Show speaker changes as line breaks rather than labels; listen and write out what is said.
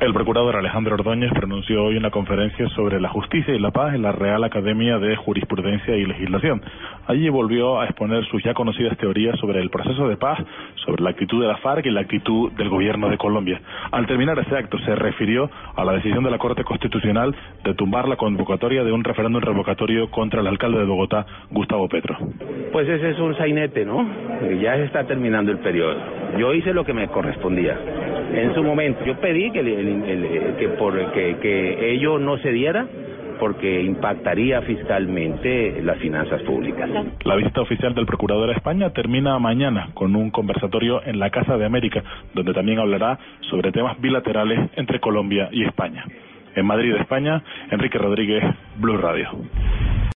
El procurador Alejandro Ordóñez pronunció hoy una conferencia sobre la justicia y la paz en la Real Academia de Jurisprudencia y Legislación. Allí volvió a exponer sus ya conocidas teorías sobre el proceso de paz, sobre la actitud de la FARC y la actitud del gobierno de Colombia. Al terminar ese acto se refirió a la decisión de la Corte Constitucional de tumbar la convocatoria de un referéndum revocatorio contra el alcalde de Bogotá, Gustavo Petro.
Pues ese es un sainete, ¿no? Ya se está terminando el periodo. Yo hice lo que me correspondía en su momento. Yo pedí que, el, el, el, que, por, que, que ello no se diera porque impactaría fiscalmente las finanzas públicas.
La visita oficial del procurador a España termina mañana con un conversatorio en la Casa de América, donde también hablará sobre temas bilaterales entre Colombia y España. En Madrid, España, Enrique Rodríguez, Blue Radio.